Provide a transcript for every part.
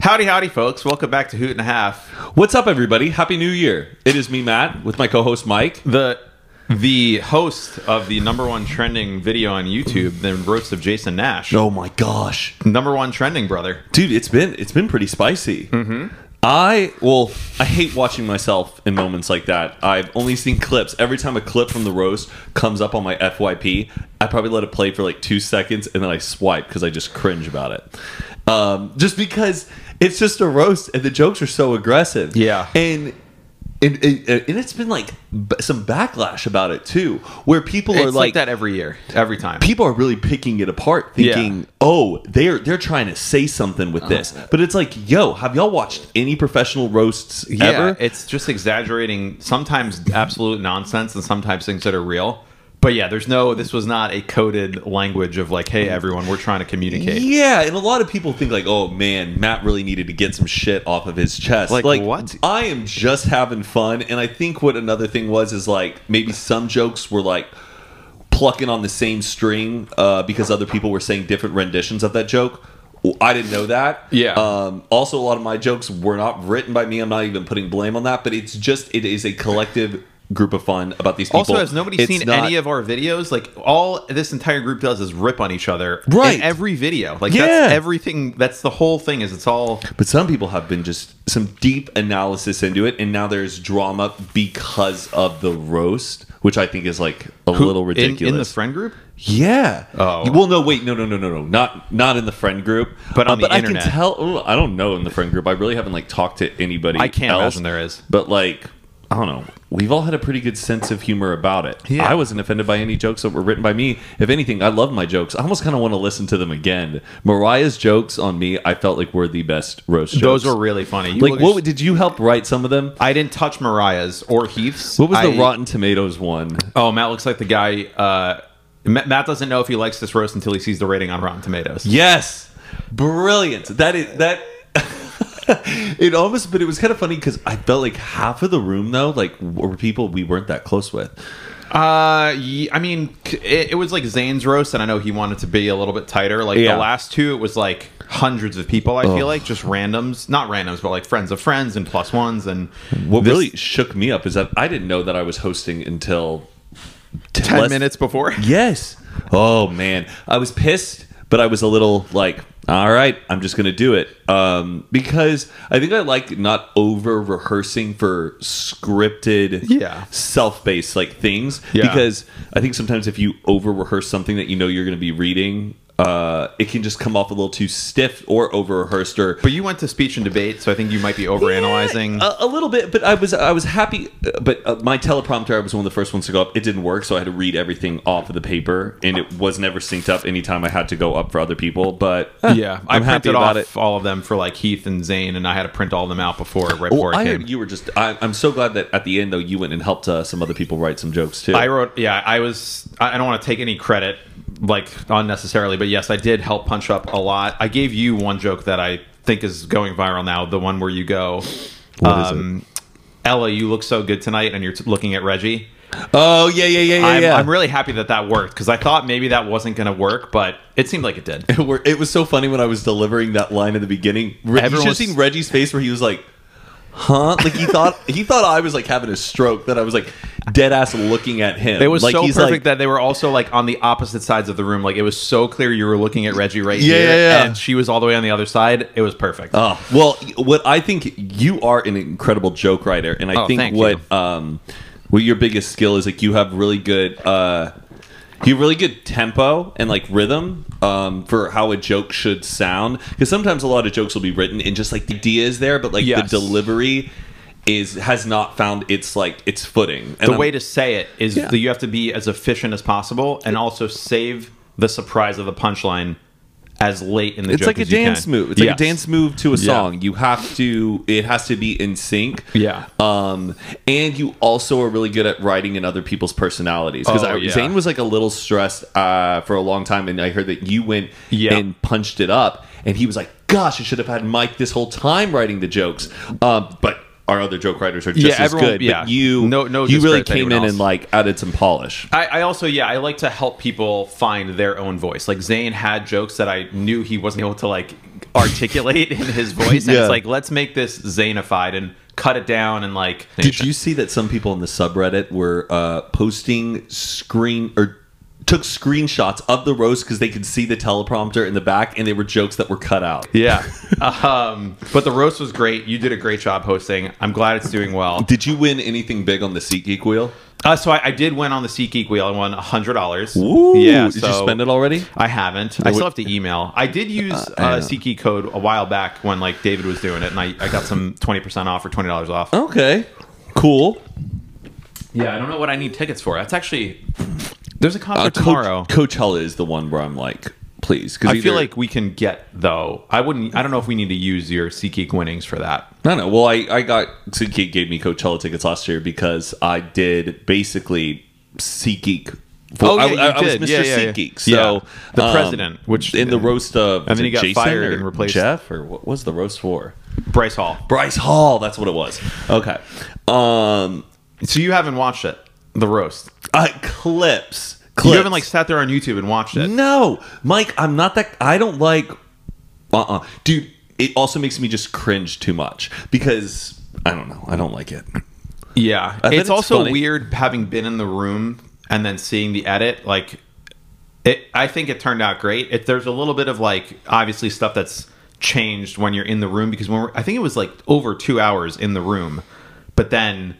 Howdy, howdy, folks. Welcome back to Hoot and a Half. What's up, everybody? Happy New Year. It is me, Matt, with my co host, Mike. The the host of the number one trending video on YouTube, the roast of Jason Nash. Oh my gosh. Number one trending, brother. Dude, it's been it's been pretty spicy. Mm-hmm. I well, I hate watching myself in moments like that. I've only seen clips. Every time a clip from the roast comes up on my FYP, I probably let it play for like two seconds and then I swipe because I just cringe about it. Um, just because it's just a roast and the jokes are so aggressive. Yeah. and. And, and, and it's been like b- some backlash about it too, where people It's are like, that every year, every time. people are really picking it apart, thinking, Yeah. Uh-huh. "Oh, they're they're trying to say something with this." But it's like, "Yo, have y'all watched any professional roasts ever?" Yeah, it's just exaggerating sometimes absolute nonsense and sometimes things that are real. But yeah, there's no. This was not a coded language of like, hey, everyone, we're trying to communicate. Yeah, and a lot of people think like, "Oh man, Matt really needed to get some shit off of his chest." Like, what? I am just having fun, and I think what another thing was is like maybe some jokes were like plucking on the same string uh, because other people were saying different renditions of that joke. Well, I didn't know that. Yeah. Um, also, a lot of my jokes were not written by me. I'm not even putting blame on that, but it's just it is a collective group of fun about these people. Also, has nobody It's seen not- any of our videos? Like, all this entire group does is rip on each other. Right. In every video. Like, Yeah. that's everything. That's the whole thing. Is it's all But some people have been just some deep analysis into it, and now there's drama because of the roast, which I think is like a little in- ridiculous. in, the friend group. yeah. Oh. Well, no, wait, no, no, no, no, no, not not in the friend group, But on Uh, the but I internet. can tell. oh, I don't know in the friend group. I really haven't like talked to anybody. I can't else, imagine there is. But like, I don't know. We've all had a pretty good sense of humor about it. Yeah. I wasn't offended by any jokes that were written by me. If anything, I love my jokes. I almost kind of want to listen to them again. Mariah's jokes on me, I felt like were the best roast jokes. Those were really funny. You Like, look- what did you help write some of them? I didn't touch Mariah's or Heath's. What was the I- Rotten Tomatoes one? Oh, Matt looks like the guy. Uh, Ma- Matt doesn't know if he likes this roast until he sees the rating on Rotten Tomatoes. Yes, brilliant. That is that. it almost, but it was kind of funny because I felt like half of the room though, like were people we weren't that close with. Uh, ye- I mean, c- it, it was like Zane's roast, and I know he wanted to be a little bit tighter. Like Yeah. the last two, it was like hundreds of people. I feel like just randoms, not randoms, but like friends of friends and plus ones. And What this- really shook me up is that I didn't know that I was hosting until t- ten less- minutes before. Yes. Oh man, I was pissed, but I was a little like, all right, I'm just gonna do it um, because I think I like not over rehearsing for scripted, Yeah. self based like things. Yeah. Because I think sometimes if you over rehearse something that you know you're gonna be reading. Uh, it can just come off a little too stiff or over rehearsed or But you went to speech and debate, so I think you might be overanalyzing. yeah, a, a little bit, but I was I was happy. uh, But uh, my teleprompter, I was one of the first ones to go up. It didn't work, so I had to read everything off of the paper, and it was never synced up. Anytime I had to go up for other people, but eh, yeah, I I'm happy printed about off it. all of them for like Heath and Zane, and I had to print all of them out before right before Well, I Oh, I came. heard you were just. I, I'm so glad that at the end though, you went and helped uh, some other people write some jokes too. I wrote, yeah, I was, I I don't want to take any credit, like unnecessarily, but yes, I did help punch up a lot. I gave you one joke that I think is going viral now, the one where you go, um, What is Ella, you look so good tonight, and you're t- looking at Reggie. oh yeah yeah yeah yeah. I'm, yeah. I'm really happy that that worked because I thought maybe that wasn't going to work, but it seemed like it did. where it was so funny when I was delivering that line in the beginning. Re- you Everyone should have was- seen Reggie's face where he was like, "Huh?" Like he thought he thought I was like having a stroke. That I was like, dead ass looking at him. It was like, so he's perfect like, that they were also like on the opposite sides of the room. Like it was so clear you were looking at Reggie right Yeah, here, yeah, yeah. and she was all the way on the other side. It was perfect. Oh, well, what I think you are an incredible joke writer, and I Oh, think thank what um, what your biggest skill is like you have really good uh, you have really good tempo and like rhythm um, for how a joke should sound. Because sometimes a lot of jokes will be written and just like the idea is there, but like Yes. the delivery is has not found its like its footing. And the I'm- way to say it is Yeah. that you have to be as efficient as possible, and also save the surprise of the punchline as late in the it's joke like a as you dance can. move. It's like Yes. a dance move to a song. You have to. It has to be in sync. Yeah. Um, and you also are really good at writing in other people's personalities because Oh, yeah. Zane was like a little stressed uh, for a long time, and I heard that you went Yeah. and punched it up, and he was like, "Gosh, I should have had Mike this whole time writing the jokes." Um, but our other joke writers are just Yeah, as everyone- good. yeah. But you, No- no you really discredit to came in anyone and else. like added some polish. I, I also yeah I like to help people find their own voice. Like Zayn had jokes that I knew he wasn't able to like articulate in his voice, and Yeah. it's like let's make this Zaynified and cut it down and like. Did you see that some people in the subreddit were uh, posting screen or took screenshots of the roast because they could see the teleprompter in the back and they were jokes that were cut out? Yeah, um, but the roast was great. You did a great job hosting. I'm glad it's doing well. Did you win anything big on the SeatGeek wheel? Uh, so I, I did win on the SeatGeek wheel. I won hundred dollars. Did you spend it already? I haven't. I still have to email. I did use uh, SeatGeek code a while back when like David was doing it, and I, I got some twenty percent off or twenty dollars off. Okay. Cool. Yeah, I don't know what I need tickets for. That's actually there's a concert Uh, tomorrow. Coach, Coachella is the one where I'm like, please. Cause I feel either- like we can get though. I wouldn't. I don't know if we need to use your SeatGeek winnings for that. No, no. Well, I, I got SeatGeek gave me Coachella tickets last year because I did basically SeatGeek. Oh, yeah, I, you I, I was did. Mr. Yeah, yeah, yeah. SeatGeek. So um, Yeah. The president, which- in the roast of And then was he it got Jason fired or and replaced- Jeff or what was the roast for? Bryce Hall. Bryce Hall. That's what it was. Okay. Um, So you haven't watched it, the roast. I, clips. Clips. You haven't like sat there on YouTube and watched it. No, Mike, I'm not that. I don't like. Uh, uh dude. It also makes me just cringe too much because I don't know. I don't like it. Yeah, bet it's, it's also funny. weird having been in the room and then seeing the edit. Like, it, I think it turned out great. It, there's a little bit of like obviously stuff that's changed when you're in the room because when we're, I think it was like over two hours in the room, but then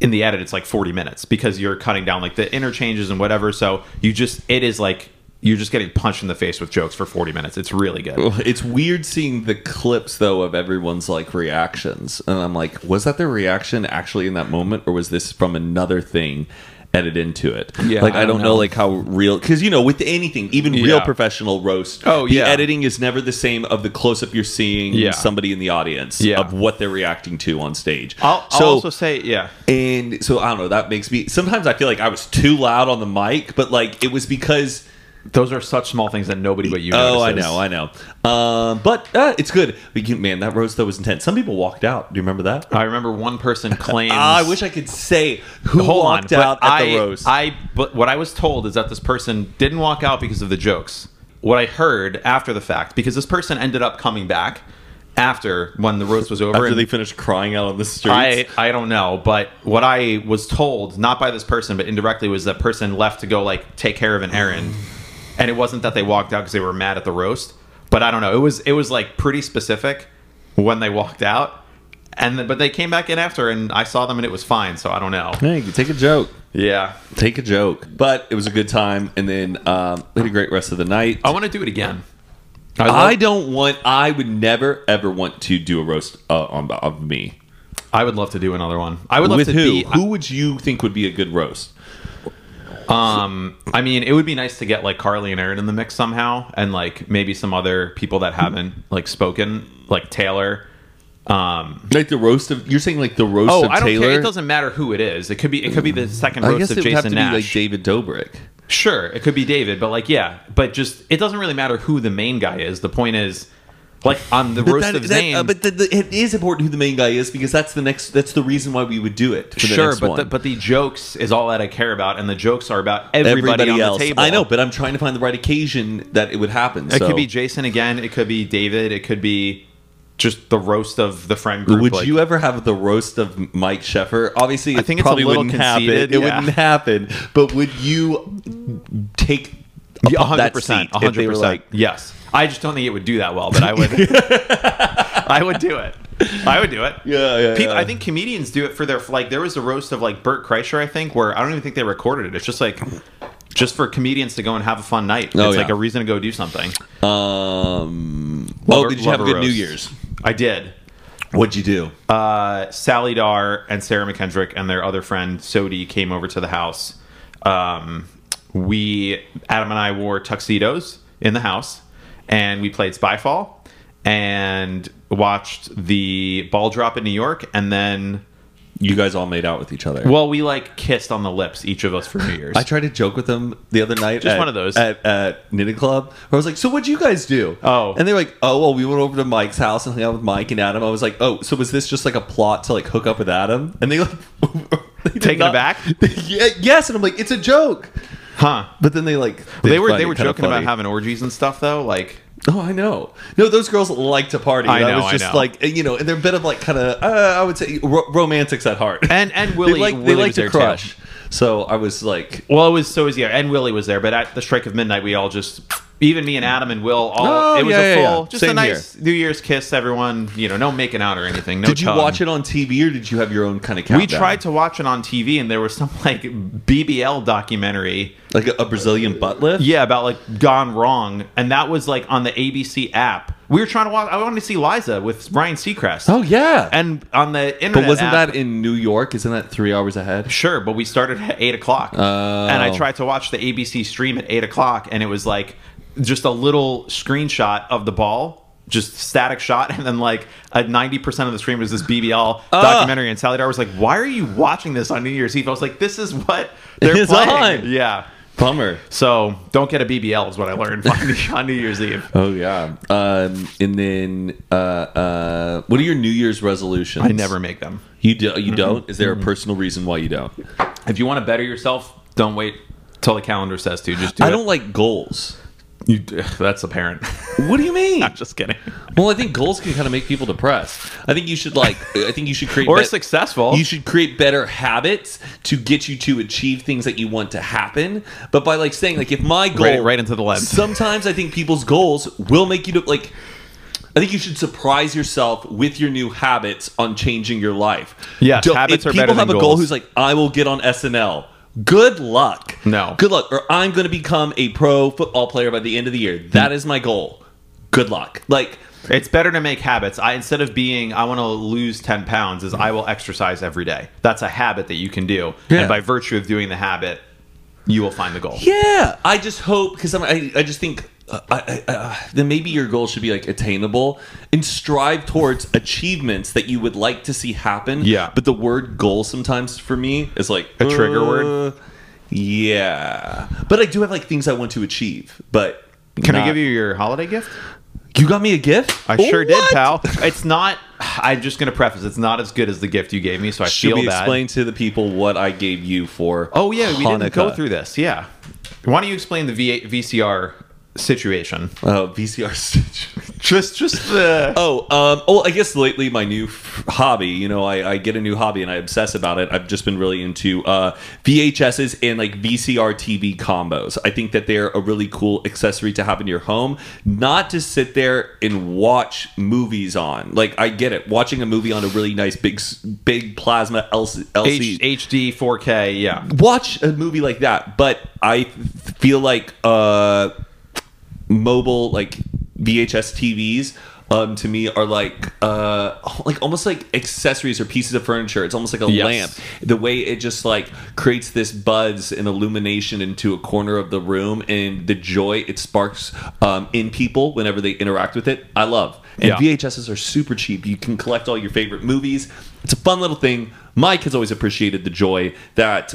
in the edit it's like 40 minutes because you're cutting down like the interchanges and whatever. So you just it is like you're just getting punched in the face with jokes for 40 minutes. It's really good. It's weird seeing the clips though of everyone's like reactions, and I'm like, was that their reaction actually in that moment, or was this from another thing? Edited into it, Yeah, Like I I don't don't know, know. like how real, because you know, with anything, even real Yeah. professional roast, Oh, the yeah. editing is never the same of the close up you're seeing Yeah. somebody in the audience Yeah. of what they're reacting to on stage. I'll, I'll So- also say yeah. and so I don't know. That makes me sometimes I feel like I was too loud on the mic, but like it was because Those are such small things that nobody but you. oh I notices. know I know. Um, but uh, it's good. But you, man, that roast though was intense. Some people walked out. Do you remember that? I remember one person claims. Ah, I wish I could say who Hold on, walked but out at I, the roast. I but what I was told is that this person didn't walk out because of the jokes. What I heard after the fact, because this person ended up coming back after when the roast was over. after and they finished crying out on the streets. I I don't know, but what I was told, not by this person, but indirectly, was that person left to go like take care of an errand, and it wasn't that they walked out because they were mad at the roast. But I don't know. It was it was like pretty specific when they walked out, and then but they came back in after, and I saw them, and it was fine. So I don't know. hey, take a joke. Yeah, Take a joke. But it was a good time, and then um, we had a great rest of the night. I want to do it again. Oh, I, I love, don't want. I would never ever want to do a roast uh, on of me. I would love to do another one. I would love With to who? be. who would you think would be a good roast? I mean, it would be nice to get like Carly and Aaron in the mix somehow, and like maybe some other people that haven't like spoken, like Taylor. Um, Like the roast of you're saying like the roast oh, of I don't Taylor. care. It doesn't matter who it is. It could be. It could be the second I roast guess of it would Jason have to Nash. be like David Dobrik. Sure, it could be David, but like yeah, but just it doesn't really matter who the main guy is. The point is, like on the roast of Zayn. but the, the, it is important who the main guy is because that's the next. That's the reason why we would do it. For the sure, next but one. The, but the jokes is all that I care about, and the jokes are about everybody, on else. the table. I know, but I'm trying to find the right occasion that it would happen. It so. could be Jason again. It could be David. It could be just the roast of the friend group. Would like- you ever have the roast of Mike Sheffer? Obviously, it I think think it's a probably little wouldn't conceited, happen. It yeah. wouldn't happen. But would you take Yeah, up that seat if they were 100%. like, yes. I just don't think it would do that well, but I would. I would do it. I would do it. Yeah, yeah, People, yeah. I think comedians do it for their like. There was a roast of like Burt Kreischer, I think, where I don't even think they recorded it. It's just like. Just for comedians to go and have a fun night. Oh, it's yeah. like a reason to go do something. um, Love oh, a- did you have a love a good New roast. Year's? I did. What'd you do? Uh, Sally Dar and Sarah McKendrick and their other friend Sodi came over to the house. Um, we Adam and I wore tuxedos in the house, and we played Spyfall and watched the ball drop in New York, and then you guys all made out with each other. well, we like kissed on the lips, each of us for New Year's. I tried to joke with them the other night. Just at- one of those. at, at Knitting Club. Where I was like, "So what'd you guys do?" Oh. and they're like, "Oh, well, we went over to Mike's house and hung out with Mike and Adam." I was like, "Oh, so was this just like a plot to like hook up with Adam?" And they like they did Taken not- aback? yeah, yes, and I'm like, "It's a joke," huh? but then they like they were find they it were kinda joking about funny. having orgies and stuff though, like. Oh, I know. No, those girls like to party. I and know, was I just know. like, you know, and they're a bit of like kind of, uh, I would say, ro- romantics at heart. And- and they Willie- like, they Willie like was to there, too. crush. So I was like, Well, it was so was yeah, and Willie was there. But at the strike of midnight, we all just even me and Adam and Will all Oh, it was yeah, a yeah, full yeah. just a Same nice New Year's kiss. Everyone, you know, no making out or anything. No did you tongue. watch it on TV or did you have your own kind of countdown? We tried to watch it on TV, and there was some like BBL documentary, Like a, a Brazilian butt lift? yeah, about like gone wrong, and that was like on the ABC app. We were trying to watch. I wanted to see Liza with Ryan Seacrest. Oh, yeah. and on the internet. but wasn't app- that in New York? Isn't that three hours ahead? Sure, but we started at eight o'clock, and Oh. I tried to watch the ABC stream at eight o'clock, and it was like just a little screenshot of the ball, just static shot, and then like a ninety percent of the stream was this BBL Uh. documentary. And Sally Dar was like, "Why are you watching this on New Year's Eve?" I was like, "This is what they're It's playing." on. Yeah. Bummer. So don't get a BBL is what I learned on New- on New Year's Eve. Oh, yeah. Um, and then, uh, uh, what are your New Year's resolutions? I never make them. You, do, you don't? Is there a personal reason why you don't? If you want to better yourself, don't wait till the calendar says to. Just do I it. don't like goals. You, that's apparent. What do you mean? I'm just kidding. Well, I think goals can kind of make people depressed. I think you should like. I think you should create Or bet- successful. You should create better habits to get you to achieve things that you want to happen. But by like saying like, if my goal Right- right into the lens. Sometimes I think people's goals will make you to like. I think you should surprise yourself with your new habits on changing your life. Yes, habits if are people better have than a goal goals. who's like, I will get on SNL. Good luck. No. Good luck. Or I'm going to become a pro football player by the end of the year. That is my goal. Good luck. Like, It's better to make habits. I instead of being I want to lose ten pounds is I will exercise every day. That's a habit that you can do, Yeah. and by virtue of doing the habit, you will find the goal. Yeah, I just hope because I I just think uh, I, I, uh, then maybe your goal should be like attainable and strive towards achievements that you would like to see happen. Yeah. but the word goal sometimes for me is like uh, A trigger word? Yeah, but I do have like things I want to achieve. But Can not- I give you your holiday gift? You got me a gift? I sure did, What? pal. It's not. I'm just gonna preface. It's not as good as the gift you gave me, so I Should feel we bad. explain to the people what I gave you for? oh yeah, we didn't go Hanukkah? through this. Yeah. Why don't you explain the v- VCR situation? Oh, VCR stitch. Just, just the. Oh, um, oh, I guess lately my new f- hobby, you know, I, I get a new hobby and I obsess about it. I've just been really into uh, VHSs and like VCR TV combos. I think that they're a really cool accessory to have in your home, not to sit there and watch movies on. Like, I get it. Watching a movie on a really nice big s- big plasma LC, LC H- HD 4K, yeah. watch a movie like that but i th- feel like uh mobile like vhs tvs um, to me are like uh like almost like accessories or pieces of furniture it's almost like a Yes. lamp the way it just like creates this buzz and illumination into a corner of the room and the joy it sparks um, in people whenever they interact with it i love and Yeah. vhs's are super cheap you can collect all your favorite movies it's a fun little thing mike has always appreciated the joy that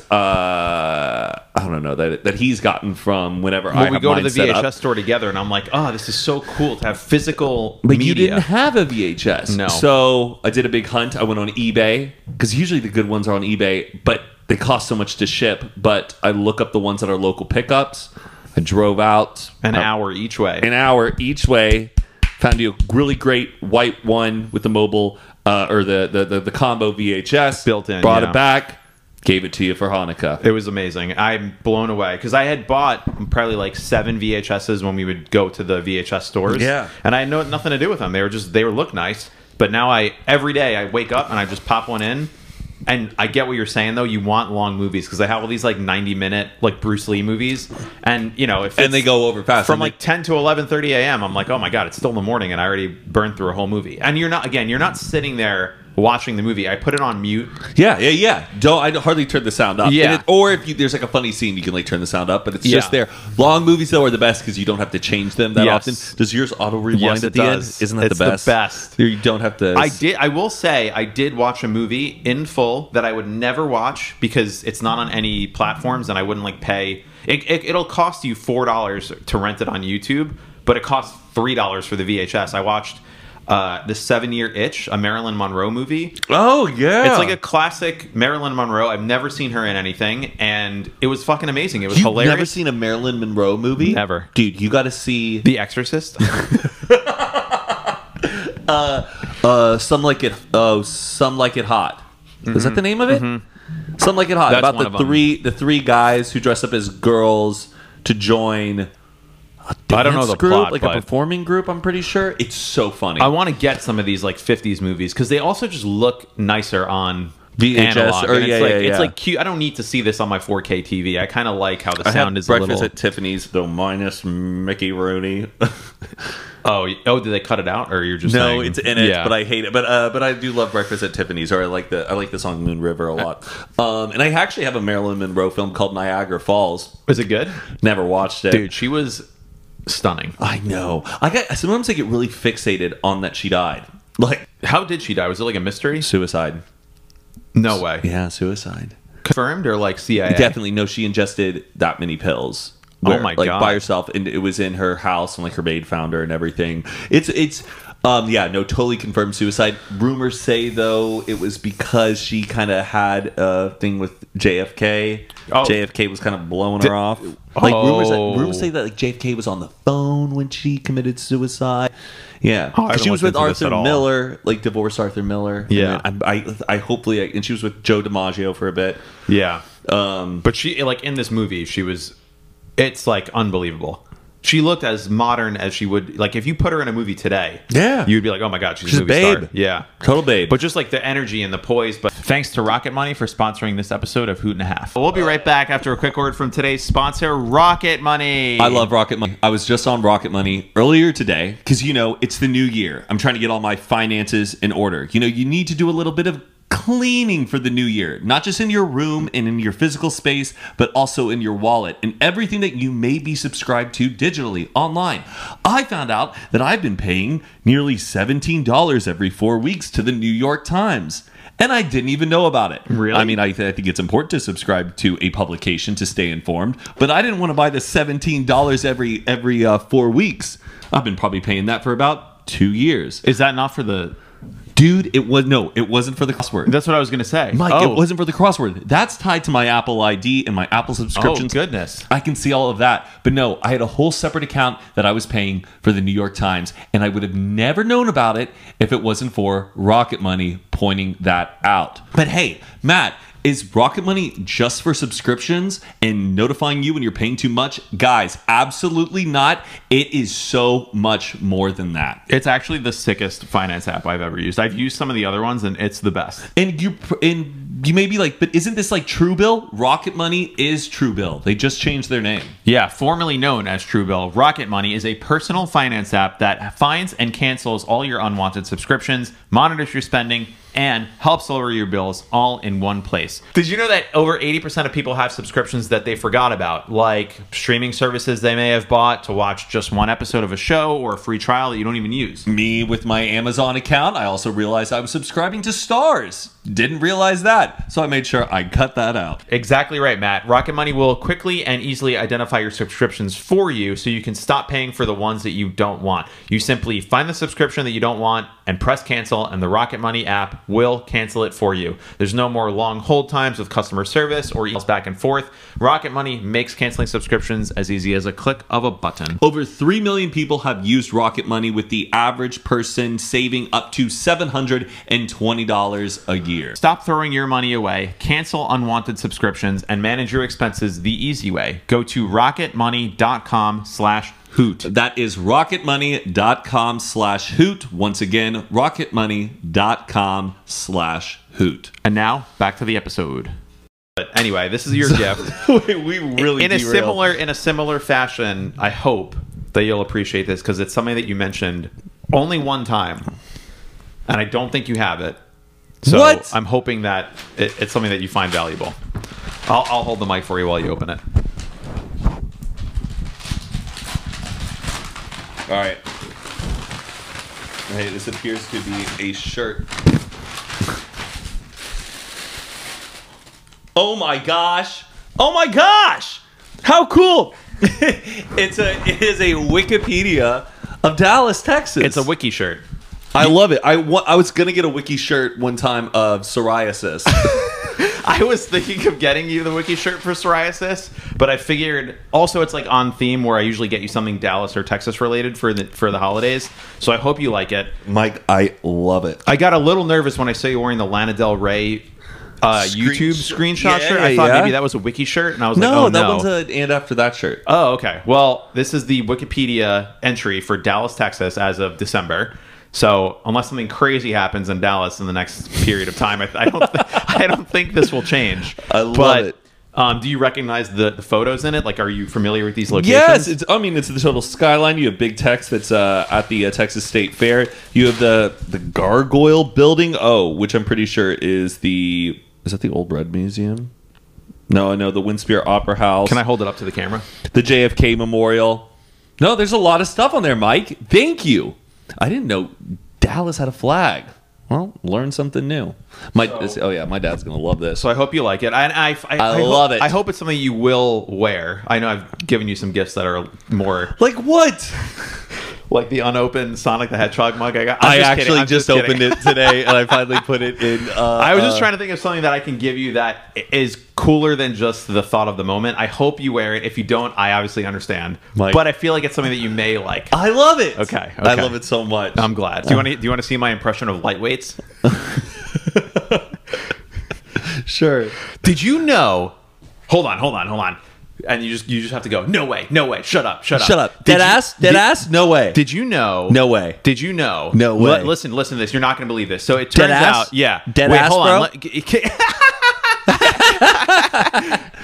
uh, i don't know that, that he's gotten from whenever i Well, we have go to mine the set up. VHS store together, and I'm like, oh, this is so cool to have physical But media. you didn't have a VHS. No. So I did a big hunt. I went on eBay because usually the good ones are on eBay, but they cost so much to ship. But I look up the ones at our local pickups. I drove out an uh, hour each way. an hour each way, Found you a really great white one with the mobile uh, or the, the the the combo VHS Built in, Brought yeah. it back, gave it to you for Hanukkah. It was amazing. I'm blown away because I had bought probably like seven VHSs when we would go to the VHS stores. Yeah. and I had no, nothing to do with them. They were just they were look nice. But now I every day I wake up and I just pop one in. And I get what you're saying though. You want long movies because I have all these like 90 minute like Bruce Lee movies, and you know if And it's- they go over fast. from And they- like 10 to 11:30 a.m. I'm like, "Oh my god, it's still in the morning and I already burned through a whole movie." And you're not again, you're not sitting there watching the movie. I put it on mute. Yeah, yeah, yeah. Don't I hardly turn the sound up. Yeah. And it- or if you, there's like a funny scene, you can like turn the sound up, but it's just Yeah. there. Long movies though are the best because you don't have to change them that Yes. often. Does yours auto rewind Yes, at it the does. end? Isn't that It's the the best? best. You don't have to. I did I will say I did watch a movie in full that I would never watch because it's not on any platforms and I wouldn't like pay it, it it'll cost you $4 to rent it on YouTube, but it costs $3 for the VHS. I watched uh, the Seven Year Itch, a Marilyn Monroe movie. Oh yeah. It's like a classic Marilyn Monroe. I've never seen her in anything, and it was fucking amazing. It was You've hilarious. never seen a Marilyn Monroe movie? Never. dude. You got to see The Exorcist. uh, some like it. Oh, some like it hot. Is that the name of it? Some like it hot. Mm-hmm. That's About one the of 'em. three the three guys who dress up as girls to join. a I don't know dance the group, plot, like but- a performing group. I'm pretty sure it's so funny. I want to get some of these like '50s movies because they also just look nicer on VHS, analog. or and it's yeah, like, yeah, yeah. It's like cute. I don't need to see this on my 4K TV. I kind of like how the I had sound is a breakfast little. at Tiffany's, though minus Mickey Rooney. oh, y- oh, did they cut it out, or you're just no, saying- it's in it, Yeah. but I hate it. But uh, but I do love breakfast at Tiffany's, or I like the I like the song Moon River a lot. Um, and I actually have a Marilyn Monroe film called Niagara Falls. is it good, Never watched it, dude? She was stunning. I know. I got sometimes I get really fixated on that she died, like How did she die? Was it like a mystery? suicide. No way. Yeah, suicide. Confirmed or like CIA? Definitely no. She ingested that many pills. Eh. Oh my like, God. By herself, and it was in her house, and like her maid found her and everything. It's it's, um, yeah, no, totally confirmed suicide. Rumors say though it was because she kind of had a thing with JFK. Oh. JFK was kind of blowing her off. Like rumors, Oh. that, rumors say that like JFK was on the phone when she committed suicide. Yeah, Oh, I 'Cause she haven't was looked with into this Arthur at all. Miller, like divorced Arthur Miller. Yeah. And I, I, I hopefully, and she was with Joe DiMaggio for a bit. Yeah. Um, but she like in this movie, she was it's like unbelievable. She looked as modern as she would like if you put her in a movie today. Yeah. You'd be like, "Oh my god, she's, She's a a movie babe. star." Yeah. Total babe. But just like the energy and the poise, but thanks to Rocket Money for sponsoring this episode of Hoot and a Half. We'll be right back after a quick word from today's sponsor, Rocket Money. I love Rocket Money. I was just on Rocket Money earlier today because, you know, it's the new year. I'm trying to get all my finances in order. You know, you need to do a little bit of cleaning for the new year, not just in your room and in your physical space, but also in your wallet and everything that you may be subscribed to digitally online. I found out that I've been paying nearly $17 every four weeks to the New York Times. And I didn't even know about it. Really? I mean, I, th- I think it's important to subscribe to a publication to stay informed, but I didn't want to buy the seventeen dollars every every uh, four weeks. I've been probably paying that for about two years, Is that not for the dude. It was no, it wasn't for the crossword. That's what I was going to say. Mike, oh. it wasn't for the crossword. That's tied to my Apple ID and my Apple Oh subscriptions. goodness. I can see all of that. But no, I had a whole separate account that I was paying for the New York Times, and I would have never known about it if it wasn't for Rocket Money pointing that out. But hey, Matt, is Rocket Money just for subscriptions and notifying you when you're paying too much? Guys, absolutely not. It is so much more than that. It's actually the sickest finance app I've ever used. I've used some of the other ones and it's the best. and you and you may be like, but isn't this like Truebill? Rocket Money is Truebill. They just changed their name. Yeah, formerly known as Truebill, Rocket Money is a personal finance app that finds and cancels all your unwanted subscriptions, monitors your spending, and helps lower your bills all in one place. Did you know that over 80% of people have subscriptions that they forgot about, like streaming services they may have bought to watch just one episode of a show or a free trial that you don't even use? Me with my Amazon account, I also realized I was subscribing to Stars. Didn't realize that, so I made sure I cut that out. Exactly right, Matt. Rocket Money will quickly and easily identify your subscriptions for you so you can stop paying for the ones that you don't want. You simply find the subscription that you don't want and press cancel, and the Rocket Money app will cancel it for you. There's no more long hold times with customer service or emails back and forth. Rocket Money makes canceling subscriptions as easy as a click of a button. Over 3 million people have used Rocket Money, with the average person saving up to $720 a year. Stop throwing your money away, cancel unwanted subscriptions, and manage your expenses the easy way. Go to rocketmoney.com slash hoot. That is rocketmoney.com slash hoot. Once again, rocketmoney.com slash hoot. And now back to the episode. But anyway, this is your gift. we really in a similar in a similar fashion, I hope that you'll appreciate this because it's something that you mentioned only one time, and I don't think you have it. So What? I'm hoping that it, it's something that you find valuable. I'll, I'll hold the mic for you while you open it. All right. Hey, this appears to be a shirt. Oh my gosh! Oh my gosh! How cool! it's a it is a Wikipedia of Dallas, Texas. It's a wiki shirt. I love it. I wa- I was gonna get a wiki shirt one time of psoriasis. I was thinking of getting you the wiki shirt for psoriasis, but I figured also it's like on theme where I usually get you something Dallas or Texas related for the for the holidays. So I hope you like it. Mike, I love it. I got a little nervous when I saw you wearing the Lana Del Rey uh, Screen- YouTube screenshot Yeah, shirt. I thought yeah. maybe that was a wiki shirt, and I was like, No, oh that no. one's a and after that shirt. oh, okay. Well, this is the Wikipedia entry for Dallas, Texas, as of December. So unless something crazy happens in Dallas in the next period of time, I, I don't, I don't think this will change. I love But, it. Um, do you recognize the, the photos in it? Like, are you familiar with these locations? Yes, it's. I mean, it's the total skyline. You have big text that's uh, at the uh, Texas State Fair. You have the the Gargoyle Building. Oh, which I'm pretty sure is the is that the Old Red Museum? No, I know the Windspear Opera House. Can I hold it up to the camera? the JFK Memorial? No, there's a lot of stuff on there, Mike. Thank you. I didn't know Dallas had a flag. Well, learn something new. My oh yeah, my dad's gonna love this. So I hope you like it. I, I, I, I hope- love it. I hope it's something you will wear. I know I've given you some gifts that are more Like what? like the unopened Sonic the Hedgehog mug I got. i I'm just kidding. actually I'm just, kidding. opened it today, and I finally put it in. Uh, I was just uh, trying to think of something that I can give you that i- is cooler than just the thought of the moment. I hope you wear it. If you don't, I obviously understand. Mike. But I feel like it's something that you may like. I love it. Okay, Uh, I okay. love it so much. Uh. I'm glad. Do you want to? Do you want to see my impression of lightweights? sure. Did you know? Hold on, hold on, hold on. And you just you just have to go. No way, no way. Shut up, shut up, Shut up. Did Dead you- ass. Dead did- ass. No way. Did you know? No way. Did you know? No way. Li- listen, listen to this. You're not going to believe this. So it turns ass? out, yeah. Dead ass, hold bro? On. Let- g- g-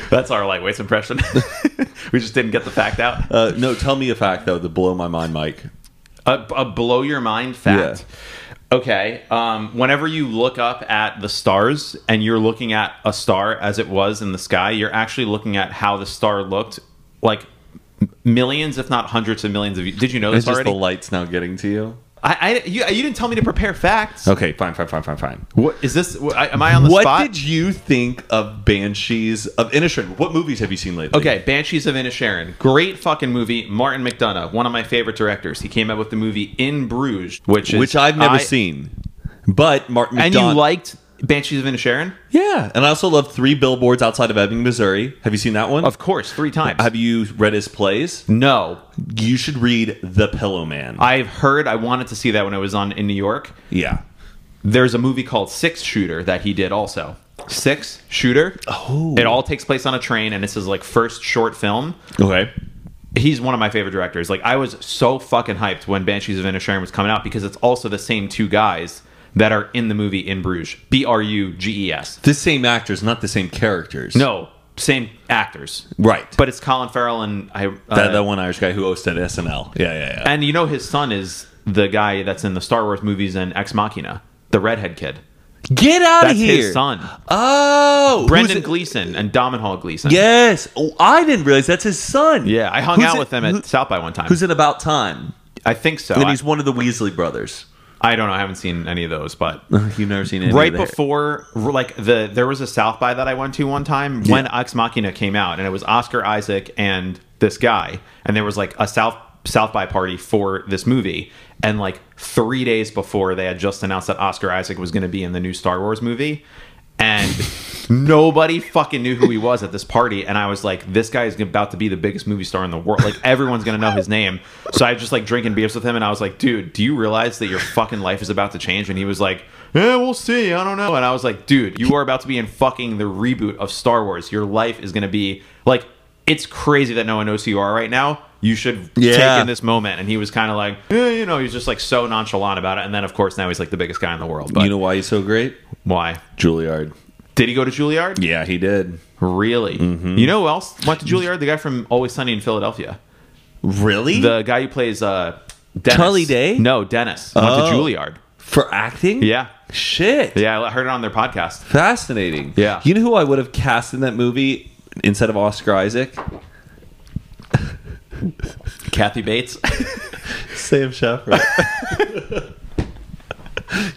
That's our lightweight's impression. we just didn't get the fact out. uh, no, tell me a fact though that blow my mind, Mike. A, a blow your mind fact. Okay. Um, whenever you look up at the stars and you're looking at a star as it was in the sky, you're actually looking at how the star looked like m- millions, if not hundreds of millions of you. Did you know this It's just already? the lights now getting to you. I, I, you, you didn't tell me to prepare facts. Okay, fine, fine, fine, fine, fine. What is this? wh- I- Am I on the what spot? did you think of Banshees of Inisherin? What movies have you seen lately? okay, Banshees of Inisherin, great fucking movie. Martin McDonough, one of my favorite directors. He came out with the movie In Bruges, which is, which I've never I- seen, but Martin And McDon- you liked Banshees of Inisherin? yeah, and I also love Three Billboards Outside of Ebbing, Missouri. Have you seen that one? Of course, three times. have you read his plays? no, You should read The Pillow Man. I've heard. I wanted to see that when I was on in New York. yeah. There's a movie called Six Shooter that he did also. Six Shooter. Oh. It all takes place on a train, and it's his like first short film. Okay. he's one of my favorite directors. Like I was so fucking hyped when Banshees of Inisherin was coming out because it's also the same two guys that are in the movie In Bruges, B R U G E S. The same actors, not the same characters. No, same actors, Right. but it's Colin Farrell and I. Uh, that, that one Irish guy who hosted SNL. Yeah, yeah, yeah. and you know his son is the guy that's in the Star Wars movies and Ex Machina, the redhead kid. Get out of That's here. his son, Oh. Brendan who's- Gleeson and Domhnall Gleeson. Yes. Oh, I didn't realize that's his son. yeah. I hung Who's out in- with them at who- South by one time. Who's in About Time? I think so. And I- he's one of the Weasley brothers. I don't know. I haven't seen any of those, but You've never seen any Uh, right of their- before like the there was a south by that i went to one time when ex machina came out and it was oscar isaac and this guy and there was like a south south by party for this movie and like three days before they had just announced that oscar isaac was going to be in the new star wars movie and nobody fucking knew who he was at this party and i was like this guy is about to be the biggest movie star in the world like everyone's gonna know his name so i was just like drinking beers with him and i was like dude do you realize that your fucking life is about to change and he was like yeah we'll see i don't know and i was like dude you are about to be in fucking the reboot of star wars your life is gonna be like it's crazy that no one knows who you are right now you should Yeah. take in this moment and he was kind of like eh, you know he's just like so nonchalant about it and then of course now he's like the biggest guy in the world but You know why he's so great? why Juilliard. did he go to Juilliard? Yeah, he did. Really? Mm-hmm. You know who else went to Juilliard? The guy from Always Sunny in Philadelphia. Really? The guy who plays uh, Dennis. Charlie Day? No, Dennis. Went Oh. to Juilliard. For acting? Yeah. Shit. Yeah, I heard it on their podcast. Fascinating. Yeah. You know who I would have cast in that movie instead of Oscar Isaac? Kathy Bates. Sam Shepard.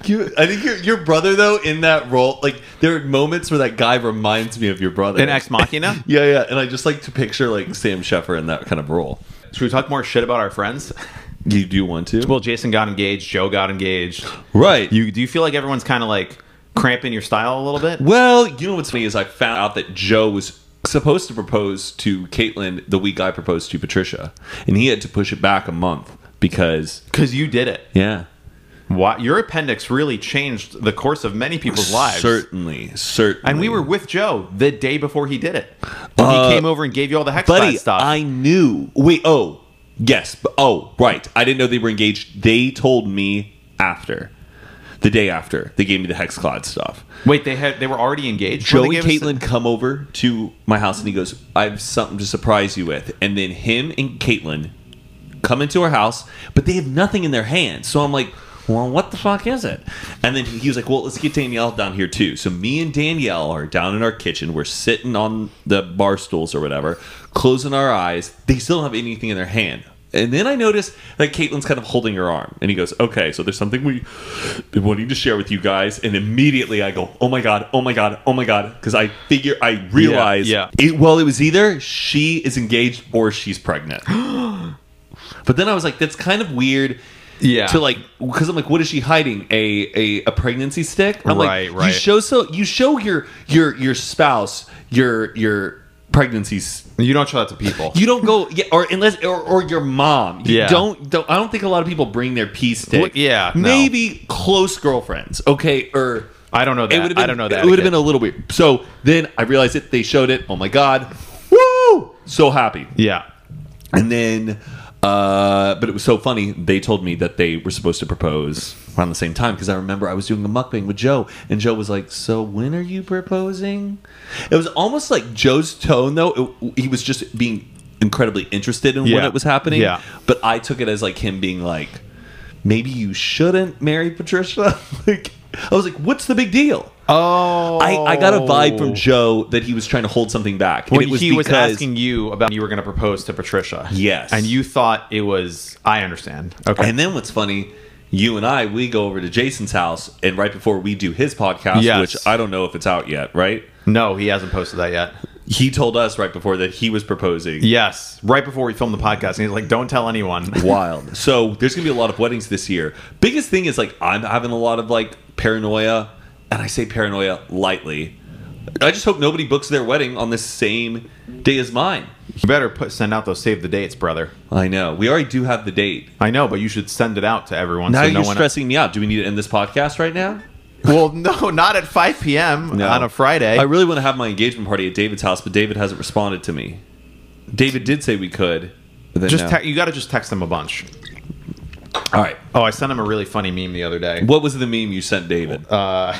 you, I think your, your brother though in that role, like there are moments where that guy reminds me of your brother. in Ex Machina. yeah, yeah, and I just like to picture like Sam Shepard in that kind of role. Should we talk more shit about our friends? You do want to? Well, Jason got engaged. Joe got engaged. right. You Do you feel like everyone's kind of like cramping your style a little bit? Well, you know what's funny is I found out that Joe was supposed to propose to Caitlin the week I proposed to Patricia, and he had to push it back a month because Because you did it. yeah, Why, your appendix really changed the course of many people's lives. certainly, certainly. And we were with Joe the day before he did it. When he came over and gave you all the hex Uh, buddy. stuff. I knew. Wait. Oh, yes. but- Oh, right. I didn't know they were engaged. They told me after. The day after, they gave me the Hexclad stuff. Wait, they had they were already engaged. Joe Well, and they gave us- Caitlin come over to my house and he goes, I have something to surprise you with. And then him and Caitlin come into our house, but they have nothing in their hands. So I'm like, well, what the fuck is it? And then he was like, well, let's get Danielle down here too. So me and Danielle are down in our kitchen. We're sitting on the bar stools or whatever, closing our eyes. They still don't have anything in their hand. And then I notice that Caitlin's kind of holding her arm, and he goes, "Okay, so there's something we been wanting to share with you guys." And immediately I go, "Oh my god! Oh my god! Oh my god!" Because I figure I realize, yeah. It, well, it was either she is engaged or she's pregnant. But then I was like, that's kind of weird. Yeah. To like, because I'm like, what is she hiding? A a, a pregnancy stick? Right, I'm like, You right. show so you show your your your spouse your your pregnancies. You don't show that to people. You don't go yeah, or unless or, or your mom. You Yeah. Don't don't. I don't think a lot of people bring their pee stick. Well, yeah, no. Maybe close girlfriends. Okay. Or. I don't know that. It would have been, I don't know that. It would have been a little weird. So then I realized it. They showed it. Oh my god! Woo! So happy. yeah. And then, uh, but it was so funny. They told me that they were supposed to propose around the same time because I remember I was doing a mukbang with Joe, and Joe was like, "So when are you proposing?" It was almost like Joe's tone, though. It, he was just being incredibly interested in when Yeah. it was happening. Yeah. But I took it as like him being like, "Maybe you shouldn't marry Patricia." like, I was like, "What's the big deal?" Oh, I, I got a vibe from Joe that he was trying to hold something back. and when it was he was because- asking you about you were going to propose to Patricia. Yes. and you thought it was. I understand. Okay, And then what's funny, you and I, we go over to Jason's house, and right before we do his podcast, Yes. which I don't know if it's out yet, right? no, he hasn't posted that yet. He told us right before that he was proposing. Yes, right before we filmed the podcast, and he's like, "Don't tell anyone." Wild. So there's gonna be a lot of weddings this year. Biggest thing is like I'm having a lot of like paranoia, and I say paranoia lightly. I just hope nobody books their wedding on the same day as mine. You better put send out those save the dates, brother. I know. We already do have the date. I know, but you should send it out to everyone. Now so you're no one stressing me out. Do we need to end this podcast right now? Well, no, not at 5 p.m. on a Friday. I really want to have my engagement party at David's house, but David hasn't responded to me. David did say we could. but then just no. te- you got to just text them a bunch. all right. Oh, I sent him a really funny meme the other day. What was the meme you sent David? Uh,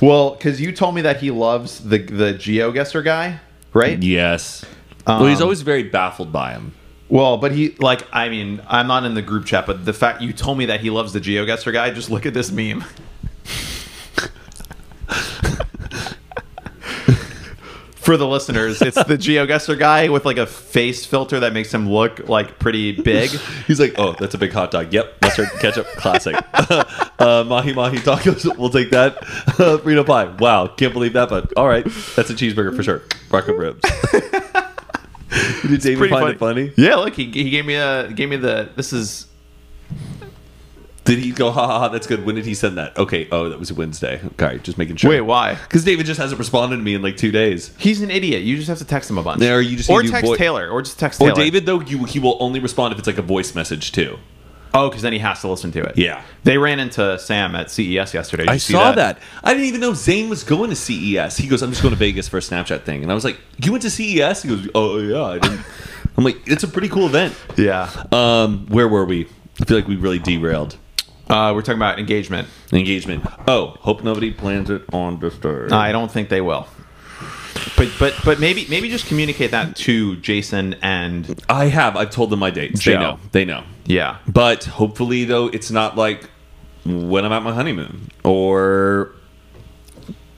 Well, because you told me that he loves the the GeoGuessr guy, right? Uh, yes. well, Um, he's always very baffled by him. Well, but he like I mean I'm not in the group chat, but the fact you told me that he loves the GeoGuessr guy, just look at this meme. For the listeners, it's the GeoGuessr guy with like a face filter that makes him look like pretty big. He's like, oh, that's a big hot dog. Yep, that's mustard, ketchup, classic. uh, mahi mahi tacos, we'll take that. Uh, Reno pie, wow, can't believe that, but all right, that's a cheeseburger for sure. Rock of ribs. Did David Pretty find it funny? Yeah, look, he, he gave me a gave me the this is Did he go, ha ha ha, that's good? When did he send that? Okay, oh, that was Wednesday. Okay, just making sure. wait why Because David just hasn't responded to me in like two days. he's an idiot. You just have to text him a bunch. There, you just or need to text avoid- Taylor or just text Or Taylor. David, though, you, he will only respond if it's like a voice message, too. Oh, because then he has to listen to it. Yeah. They ran into Sam at CES yesterday. Did I you see saw that? I didn't even know Zane was going to CES. He goes, I'm just going to Vegas for a Snapchat thing. And I was like, You went to CES? He goes, Oh, yeah. I didn't. I'm like, It's a pretty cool event. Yeah. Um, where were we? I feel like we really derailed Uh, we're talking about engagement. engagement. Oh, hope nobody plans it on Disturbed. I don't think they will. But but but maybe maybe just communicate that to Jason and I have. I've told them my dates. They Joe. know. They know. yeah. But hopefully, though, it's not like when I'm at my honeymoon or.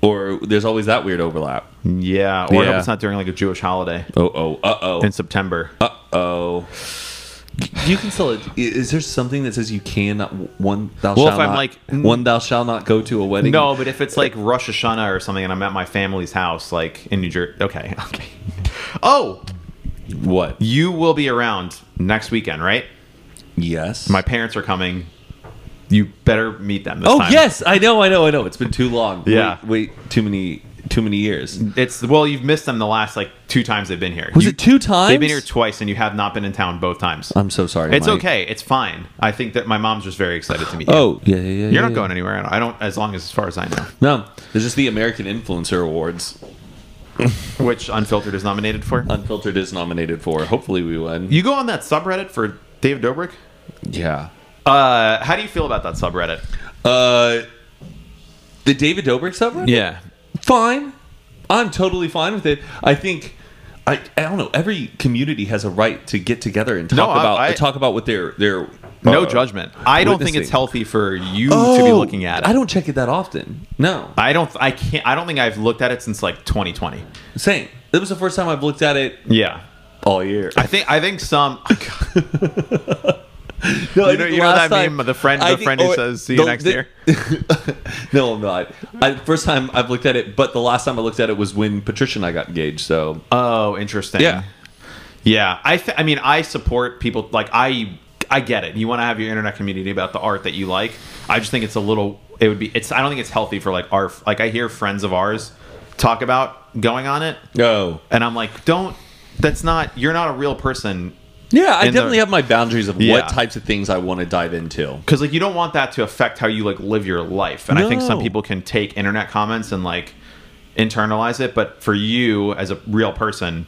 Or there's always that weird overlap. Yeah, or I Yeah. hope it's not during like a Jewish holiday Oh oh uh oh. in September. Uh oh. You can still. Is there something that says you can one thou Well, shall if I'm not- like- one thou shall not go to a wedding? No, but if it's like Rosh Hashanah or something, and I'm at my family's house, like in New Jersey. Okay, okay. Oh, What? you will be around next weekend, right? Yes. My parents are coming. You better meet them. This Oh time. yes, I know, I know, I know. It's been too long. Yeah. Wait, wait too many, too many years. It's well, you've missed them the last like two times they've been here. Was You- it two times? They've been here twice, and you have not been in town both times. I'm so sorry. it's Mike. okay. It's fine. I think that my mom's just very excited to meet you. Oh yeah, yeah, yeah. you're not yeah. going anywhere. I don't- I don't. As long as, as far as I know, No, there's just the American Influencer Awards. which Unfiltered is nominated for. Unfiltered is nominated for. Hopefully, we win. You go on that subreddit for David Dobrik. yeah. Uh, how do you feel about that subreddit? Uh, the David Dobrik subreddit. Yeah. fine. I'm totally fine with it. I think I, I don't know. Every community has a right to get together and talk No, I- about I- talk about what their their No uh, judgment. I don't think witnessing. it's healthy for you to be Oh, looking at it. I don't check it that often. No, I don't. I can't. I don't think I've looked at it since like 2020. same. It was the first time I've looked at it Yeah. all year. I think. I think some. No, I You know- think you know last that meme of the friend- I oh, the friend who says, "See you the- next the- year." no, I'm not. I, first time I've looked at it, but the last time I looked at it was when Patricia and I got engaged. So Oh, interesting. Yeah. Yeah. I. Th- I mean, I support people. Like, I. I get it. You want to have your internet community about the art that you like. I just think it's a little. It would be. It's. I don't think it's healthy for like our. Like I hear friends of ours talk about going on it, no, and I'm like, don't. That's not. You're not a real person. yeah, I In the- definitely have my boundaries of Yeah. what types of things I want to dive into. because like you don't want that to affect how you like live your life and i think some No. people can take internet comments and like internalize it but for you as a real person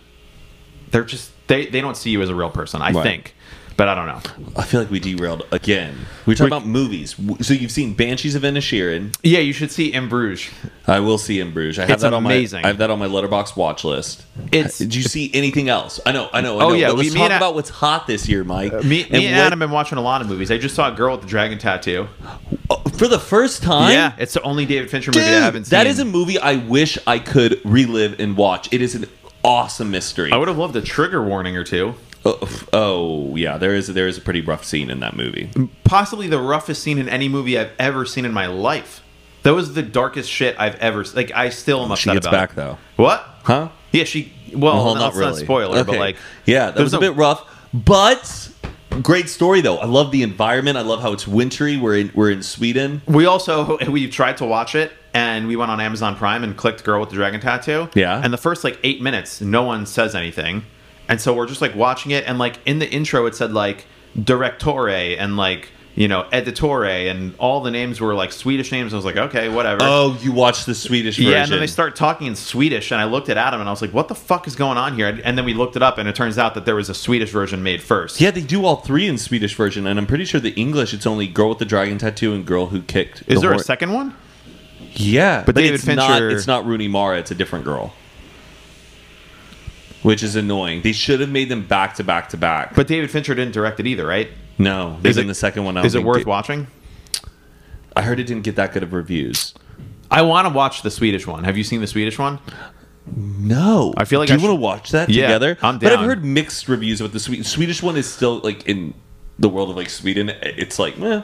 they're just they they don't see you as a real person i Right. think but i don't know I feel like we derailed again. We talked about movies. W- So you've seen Banshees of Inisherin. yeah you should see in bruges I will see in Bruges. I have It's that on amazing. my. I have that on my letterbox watch list. It's- Did you see anything else? I know. I know. I Oh, know. yeah, But we- Uh, let's me talk and I- about what's hot this year, Mike. me, me and what- adam have been watching a lot of movies i just saw a girl with the dragon tattoo oh, for the first time. yeah it's the only david fincher movie i haven't dude, seen that is a movie I wish I could relive and watch. It is an awesome mystery. i would have loved a trigger warning or two oh, f- oh, yeah, there is there is a pretty rough scene in that movie. possibly the roughest scene in any movie i've ever seen in my life that was the darkest shit i've ever like i still am upset She gets about back it. though, what huh? Yeah, she. Well, Oh, Well, no, not that's not, really. a spoiler, but Okay. like, yeah, that there's was a no- bit rough, but great story though. I love the environment. I love how it's wintry. We're in we're in Sweden. we also we tried to watch it, and we went on Amazon Prime and clicked "Girl with the Dragon Tattoo." Yeah. and the first like eight minutes, no one says anything, and so we're just like watching it, and like in the intro, it said like directore and like you know editore, and all the names were like Swedish names. I was like, okay, whatever. Oh, you watched the Swedish version. Yeah, and then they start talking in Swedish, and I looked at Adam and I was like, "What the fuck is going on here?" And then we looked it up, and it turns out that there was a Swedish version made first. Yeah, they do all three in Swedish version, and I'm pretty sure the English it's only "Girl with the Dragon Tattoo" and "Girl Who Kicked." is the there a Horn." second one? Yeah, but, David it's not. Fincher- It's not Rooney Mara. It's a different girl, which is annoying. They should have made them back to back to back. But David Fincher didn't direct it either, right? no, Is even it- the second one. I don't Is it think worth did- watching? I heard it didn't get that good of reviews. I want to watch the Swedish one. Have you seen the Swedish one? No, I feel like Do I you want should- to watch that Yeah, together? I'm But I've down. heard mixed reviews about the Swe- Swedish one. Is still like in the world of like Sweden, it's like, meh.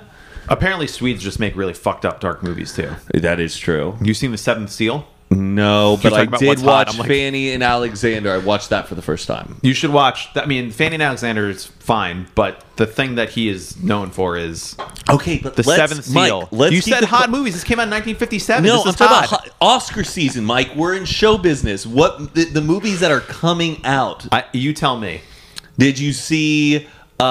Apparently, Swedes just make really fucked up dark movies too. That is true. You seen The Seventh Seal? No, but talking I about did what's hot, watch I'm like- Fanny and Alexander. I watched that for the first time. You should watch. I mean, Fanny and Alexander is fine, but the thing that he is known for is Okay, but The let's- Seventh Seal. Mike, let's you keep said it- hot movies. This came out in 1957. No, this I'm is talking hot. about ho- Oscar season, Mike. We're in show business. What the, the movies that are coming out? I, you tell me. Did you see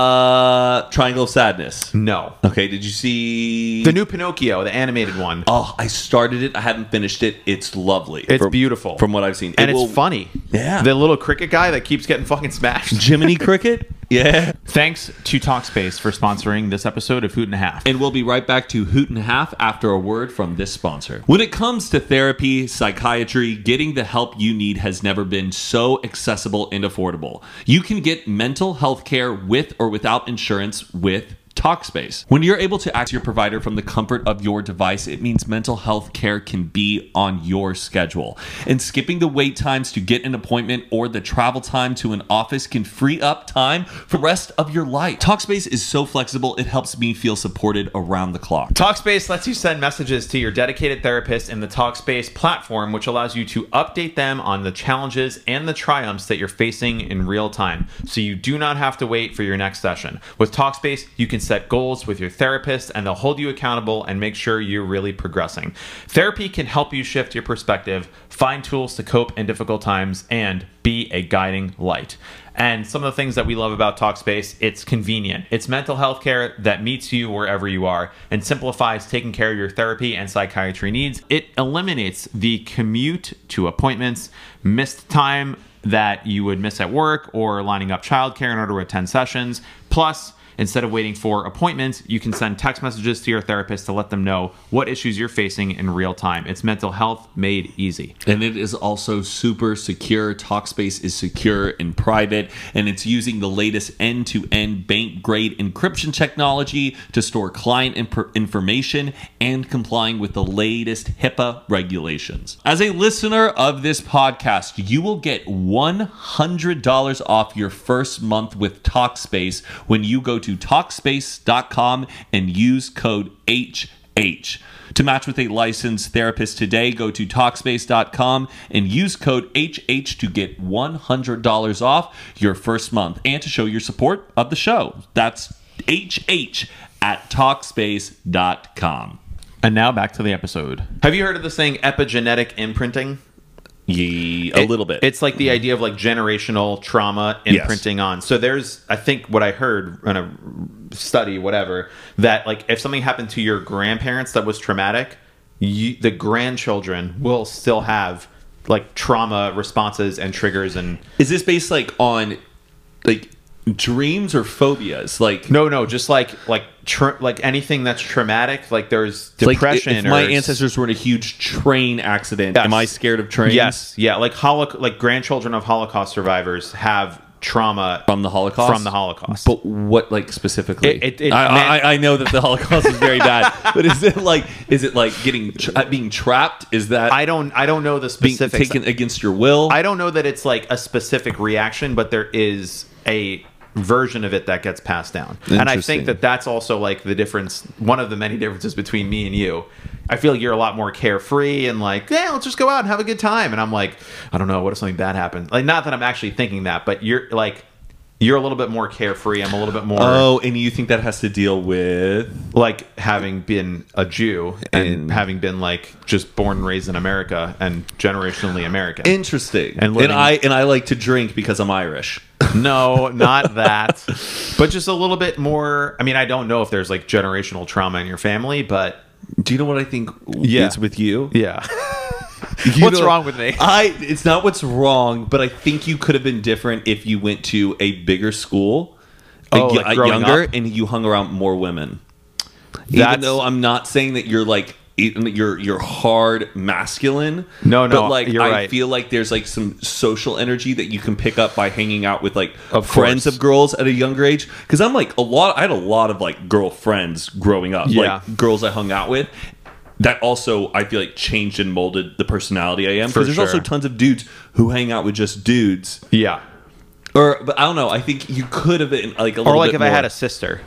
uh Triangle of Sadness? No. Okay, did you see The new Pinocchio, the animated one. Oh, I started it. I haven't finished it. It's lovely. It's From- beautiful. from what I've seen, and It it's will- funny. Yeah. The little cricket guy that keeps getting fucking smashed. Jiminy Cricket. Yeah. Thanks to Talkspace for sponsoring this episode of Hoot and a Half. And we'll be right back to Hoot and Half after a word from this sponsor. When it comes to therapy, psychiatry, getting the help you need has never been so accessible and affordable. You can get mental health care with or without insurance with TalkSpace. When you're able to access your provider from the comfort of your device, it means mental health care can be on your schedule. And skipping the wait times to get an appointment or the travel time to an office can free up time for the rest of your life. Talkspace is so flexible, it helps me feel supported around the clock. Talkspace lets you send messages to your dedicated therapist in the Talkspace platform, which allows you to update them on the challenges and the triumphs that you're facing in real time. So you do not have to wait for your next session. With Talkspace, you can set goals with your therapist and they'll hold you accountable and make sure you're really progressing. Therapy can help you shift your perspective, find tools to cope in difficult times, and be a guiding light. And some of the things that we love about Talkspace, it's convenient. It's mental health care that meets you wherever you are and simplifies taking care of your therapy and psychiatry needs. It eliminates the commute to appointments, missed time that you would miss at work or lining up childcare in order to attend sessions. Plus, Instead of waiting for appointments, you can send text messages to your therapist to let them know what issues you're facing in real time. It's mental health made easy. And it is also super secure. Talkspace is secure and private, and it's using the latest end to end bank grade encryption technology to store client imp- information and complying with the latest HIPAA regulations. As a listener of this podcast, you will get $100 off your first month with Talkspace when you go to Talkspace.com and use code H. H. To match with a licensed therapist today, go to Talkspace.com and use code HH to get $100 off your first month and to show your support of the show. That's HH at Talkspace.com. And now back to the episode. Have you heard of this thing, epigenetic imprinting? Ye a It- little bit. Mm-hmm. It's like the idea of like generational trauma imprinting on. So there's, I think, what I heard in a study, whatever, that like if something happened to your grandparents that was traumatic, you, the grandchildren will still have like trauma responses and triggers and is this based like on like dreams or phobias? Like no no just like like tra- like anything that's traumatic like there's like, depression if my or s- ancestors were in a huge train accident, Yes. am I scared of trains? Yes, yeah, like holoc like grandchildren of Holocaust survivors have trauma From the Holocaust? From the Holocaust. But what, like specifically? It- it- it I, meant- I, I know that the Holocaust is very bad, but is it like is it like getting tra- being trapped? Is that I don't I don't know the being specifics. taken against your will? I don't know that it's like a specific reaction, but there is a version of it that gets passed down. And I Interesting. think that that's also like the difference, one of the many differences between me and you. I feel like you're a lot more carefree and like, yeah, let's just go out and have a good time. And I'm like, I don't know, what if something bad happens? Like, not that I'm actually thinking that, but you're like, you're a little bit more carefree. I'm a little bit more. oh, and you think that has to deal with? like having been a Jew and, And- having been like just born and raised in America and generationally American. Interesting. And living- I and I like to drink because I'm Irish. no, not that. but just a little bit more I mean, I don't know if there's like generational trauma in your family, but Do you know what I think? Yeah. is with you. yeah. You What's wrong with me? I it's not what's wrong, but I think you could have been different if you went to a bigger school, a Oh, y- like a growing younger, up? and you hung around more women. Even That's- though I'm not saying that you're like e- you're you're hard masculine. No, no, but like you're I right. feel like there's like some social energy that you can pick up by hanging out with like Of friends course. of girls at a younger age. Because I'm like a lot. I had a lot of like girlfriends growing up. Yeah. Like girls I hung out with. That also, I feel like, changed and molded the personality I am. For Because there's also sure. tons of dudes who hang out with just dudes Yeah. Or, but I don't know. I think you could have been like a little or like bit if I had more- a sister,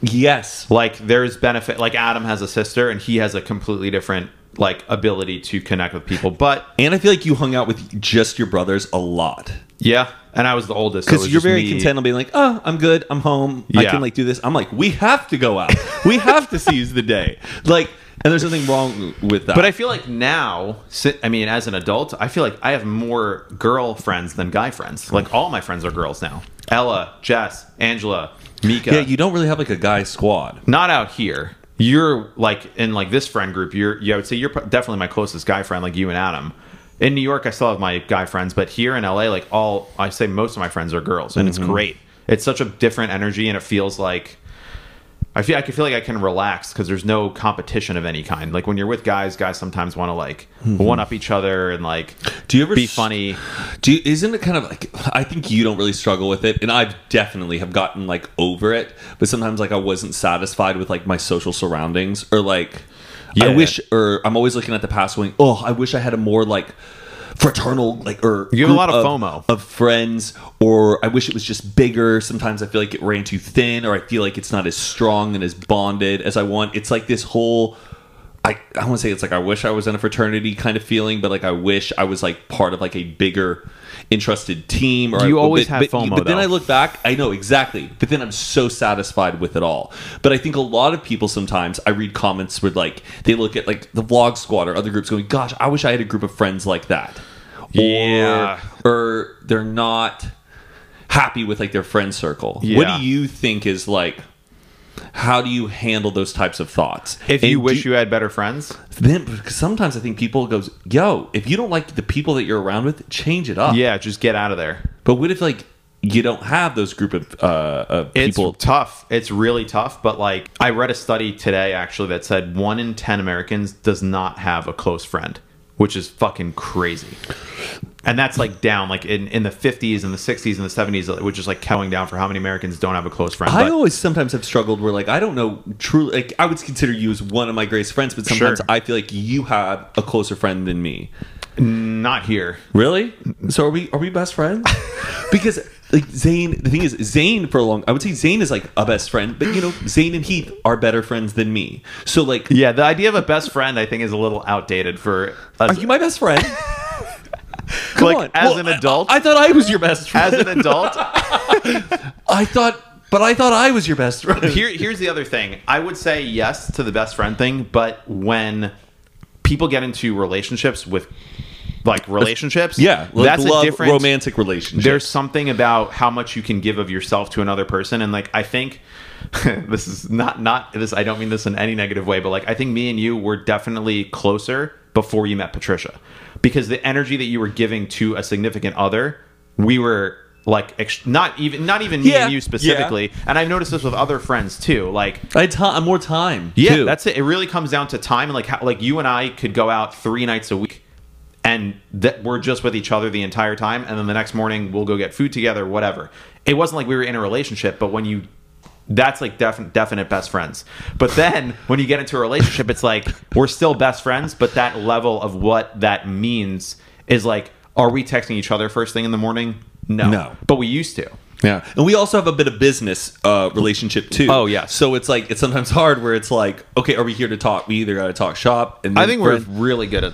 yes, like there's benefit. Like Adam has a sister, and he has a completely different like ability to connect with people. But and I feel like you hung out with just your brothers a lot yeah, and I was the oldest, so it because was you're just very me. content on being like, oh, I'm good, I'm home, I Yeah. can like do this. I'm like, we have to go out, we have to seize the day, like, and there's nothing wrong with that. But I feel like now, si- I mean, as an adult, I feel like I have more girl friends than guy friends. Like all my friends are girls now. Ella, Jess, Angela, Mika. yeah, you don't really have like a guy squad. not out here. You're like in like this friend group. You're yeah, I would say you're pro- definitely my closest guy friend, like you and Adam. In New York, I still have my guy friends, but here in LA, like all I say, most of my friends are girls, and it's great. It's such a different energy, and it feels like I feel I can feel like I can relax because there's no competition of any kind. Like when you're with guys, guys sometimes want to like one up each other and like Do you ever be s- funny. Do you, isn't it kind of like I think you don't really struggle with it, and I've definitely have gotten like over it. But sometimes like I wasn't satisfied with like my social surroundings, or like I Yeah. wish, or I'm always looking at the past going, oh, I wish I had a more like fraternal like or You have a group lot of FOMO. of friends, or I wish it was just bigger. Sometimes I feel like it ran too thin, or I feel like it's not as strong and as bonded as I want. It's like this whole I, I want to say it's like I wish I was in a fraternity kind of feeling, but like I wish I was like part of like a bigger entrusted team. Or You I, always but, have but- FOMO, But then though. I look back, I know exactly. But then I'm so satisfied with it all. But I think a lot of people sometimes I read comments where like they look at like the vlog squad or other groups going, "Gosh, I wish I had a group of friends like that." Or- Yeah. or they're not happy with like their friend circle. Yeah. What do you think is like? How do you handle those types of thoughts? If you And wish do- Uh, you had better friends, then because sometimes I think people goes, yo, if you don't like the people that you're around with, change it up. yeah, just get out of there. But what if like you don't have those group of uh, of It's people? tough. It's really tough. But like, I read a study today actually that said one in ten Americans does not have a close friend, which is fucking crazy. And that's like down, like in, in the fifties and the sixties and the seventies, uh, which is like counting down for how many Americans don't have a close friend. I But always sometimes have struggled where like I don't know truly like I would consider you as one of my greatest friends, but sometimes Sure. I feel like you have a closer friend than me. not here. Really? So are we are we best friends? because like Zane, the thing is Zane for a long I would say Zane is like a best friend, but you know Zane and Heath are better friends than me. So like Yeah, the idea of a best friend I think is a little outdated for are us. Uh, you my best friend? Come like on. as Well, an adult. I, I thought I was your best friend. as an adult, I thought, but I thought I was your best friend. Here, here's the other thing. I would say yes to the best friend thing, but when people get into relationships with, like relationships, Yeah, like that's love, a different romantic relationship. There's something about how much you can give of yourself to another person, and like I think this is not not this. I don't mean this in any negative way, but like I think me and you were definitely closer before you met Patricia, because the energy that you were giving to a significant other, we were like ex- not even not even me Yeah, and yeah. you specifically and I've noticed this with other friends too. Like, I had ti- more time. yeah, too. that's it. It really comes down to time and like how like you and I could go out three nights a week, and that we're just with each other the entire time, and then the next morning we'll go get food together, whatever. It wasn't like we were in a relationship, but when you that's like definite definite best friends. But then when you get into a relationship, it's like we're still best friends, but that level of what that means is like, are we texting each other first thing in the morning? No, No. but we used to. yeah. And we also have a bit of business uh, relationship too. Oh, yeah. So it's like it's sometimes hard where it's like, okay, are we here to talk? We either got to talk shop, and I then think we're friend- really good at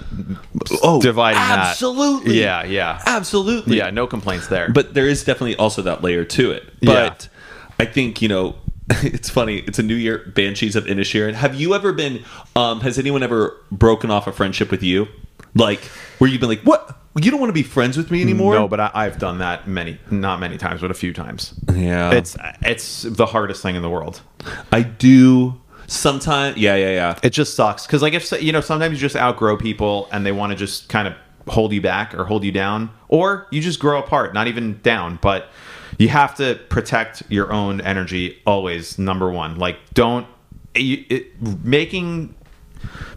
oh, dividing that. absolutely. Yeah, yeah. absolutely. Yeah, no complaints there. but there is definitely also that layer to it. Yeah. But I think you know, it's funny. It's a new year. Banshees of Inisherin. Have you ever been? Um, has anyone ever broken off a friendship with you? Like where you've been like, what? You don't want to be friends with me anymore? Mm, no, but I, I've done that many, not many times, but a few times. yeah, It's it's the hardest thing in the world. I do sometimes. Yeah, yeah, yeah. It just sucks because like if so- you know sometimes you just outgrow people and they want to just kind of hold you back or hold you down, or you just grow apart. Not even down, but you have to protect your own energy always. Number one, like don't you, it, making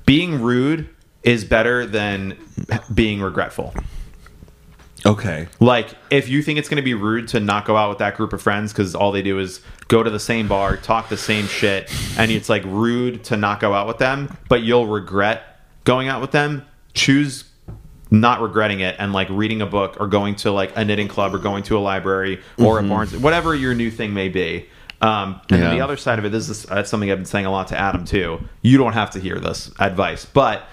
being rude is better than being regretful. Okay. Like, if you think it's going to be rude to not go out with that group of friends because all they do is go to the same bar, talk the same shit, and it's like rude to not go out with them, but you'll regret going out with them, choose not regretting it and like reading a book or going to like a knitting club or going to a library or a Barnes, whatever your new thing may be. Um, and then Yeah. the other side of it, this is uh, something I've been saying a lot to Adam too. You don't have to hear this advice, but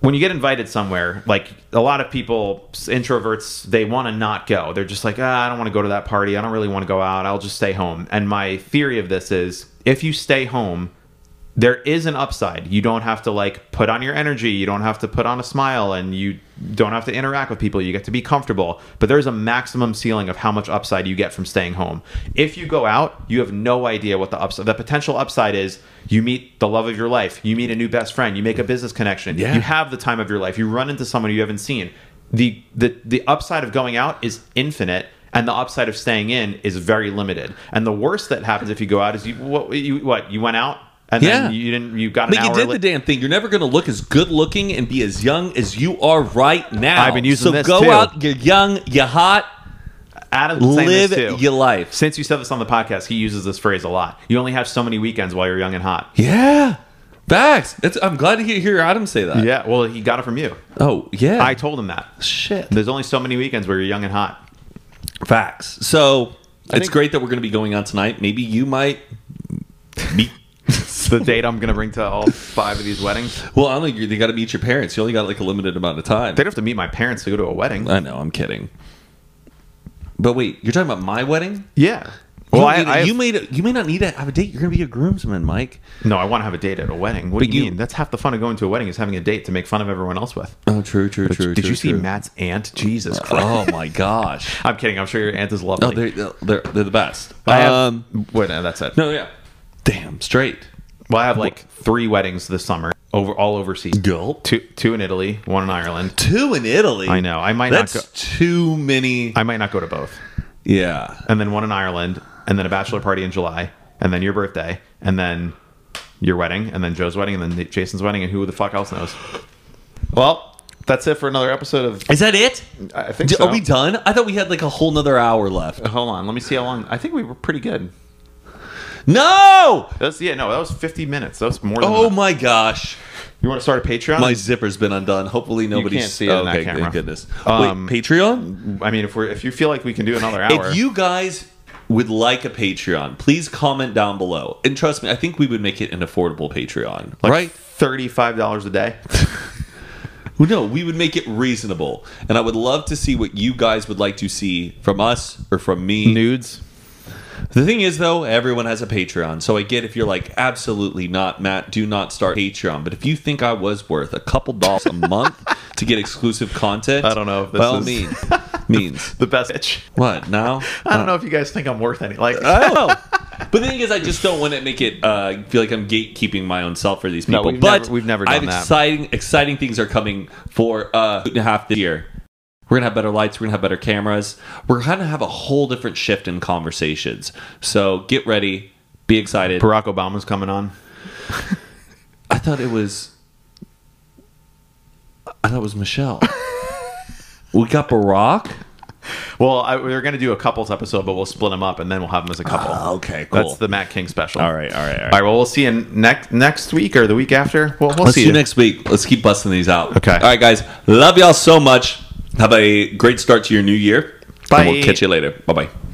when you get invited somewhere, like a lot of people, introverts, they want to not go. They're just like, ah, I don't want to go to that party. I don't really want to go out. I'll just stay home. And my theory of this is if you stay home, there is an upside. You don't have to like put on your energy. You don't have to put on a smile and you don't have to interact with people. You get to be comfortable. But there's a maximum ceiling of how much upside you get from staying home. If you go out, you have no idea what the upside the potential upside is. You meet the love of your life. You meet a new best friend. You make a business connection. Yeah. You have the time of your life. You run into someone you haven't seen. The the the upside of going out is infinite. And the upside of staying in is very limited. And the worst that happens if you go out is you what you what you went out and then Yeah. you didn't you got an But you hour did li- the damn thing. You're never going to look as good looking and be as young as you are right now. I've been using so this, go too. out. You're young. You're hot. Adam's saying this too. Live your life. Since you said this on the podcast, he uses this phrase a lot. You only have so many weekends while you're young and hot. Yeah. Facts. That's, I'm glad to hear, hear Adam say that. Yeah, Uh, well, he got it from you. Oh, yeah. I told him that. Shit. There's only so many weekends where you're young and hot. Facts. So it's think- great that we're going to be going on tonight. Maybe you might be. It's the date I'm going to bring to all five of these weddings. Well, I don't know. They got to meet your parents. You only got like a limited amount of time. They'd have to meet my parents to go to a wedding. I know. I'm kidding. But wait, you're talking about my wedding? Yeah. You Well, don't I, need a- I you made a, you may not need to have a date. You're going to be a groomsman, Mike. no, I want to have a date at a wedding. What do But you, you- mean? That's half the fun of going to a wedding is having a date to make fun of everyone else with. Oh, true, true, true. Did true, you see true. Matt's aunt? Jesus Christ! Oh my gosh! I'm kidding. I'm sure your aunt is No, lovely. they're they're, they're the best. I have, um, wait, no, that's it. no, yeah. Damn straight. Well, I have like three weddings this summer, over all overseas. Gulp. Two, two in Italy, one in Ireland. Two in Italy. I know. I might That's not. Go, too many. I might not go to both. yeah. And then one in Ireland, and then a bachelor party in July, and then your birthday, and then your wedding, and then Joe's wedding, and then Jason's wedding, and who the fuck else knows? Well, that's it for another episode of. Is that it? I think D- so. Are we done? I thought we had like a whole nother hour left. Hold on, let me see how long. I think we were pretty good. No! That's yeah, no, that was 50 minutes. That was more. Than Oh enough. my gosh. You want to start a Patreon? My zipper's been undone. Hopefully nobody's can't see it in that okay, camera. thank goodness. Um, Wait, Patreon? I mean, if we are if you feel like we can do another hour, If you guys would like a Patreon, please comment down below. And trust me, I think we would make it an affordable Patreon. like right? thirty-five dollars a day. Well, no, we would make it reasonable. And I would love to see what you guys would like to see from us or from me. Nudes. The thing is, though, everyone has a Patreon. So I get if you're like, absolutely not, Matt, do not start Patreon. But if you think I was worth a couple dollars a month to get exclusive content, I don't know if this by all is- mean- means. The best itch. What? Now? I don't know if you guys think I'm worth any. Like, Oh. But the thing is, I just don't want to make it uh, feel like I'm gatekeeping my own self for these No, people. we've but never- we've never I done have that. Exciting, exciting things are coming for uh, two and a half this year. We're gonna have better lights. We're gonna have better cameras. We're gonna have a whole different shift in conversations. So get ready. Be excited. Barack Obama's coming on. I thought it was. I thought it was Michelle. we got Barack. Well, I, we are going to do a couples episode, but we'll split them up and then we'll have them as a couple. Ah, okay, That's the Matt King special. All right, all right, all All right. right. Well, we'll see you next next week or the week after. Well, we'll Let's see do next week. Let's keep busting these out. Okay. All right, guys. Love y'all so much. Have a great start to your new year. Bye. And we'll catch you later. Bye bye.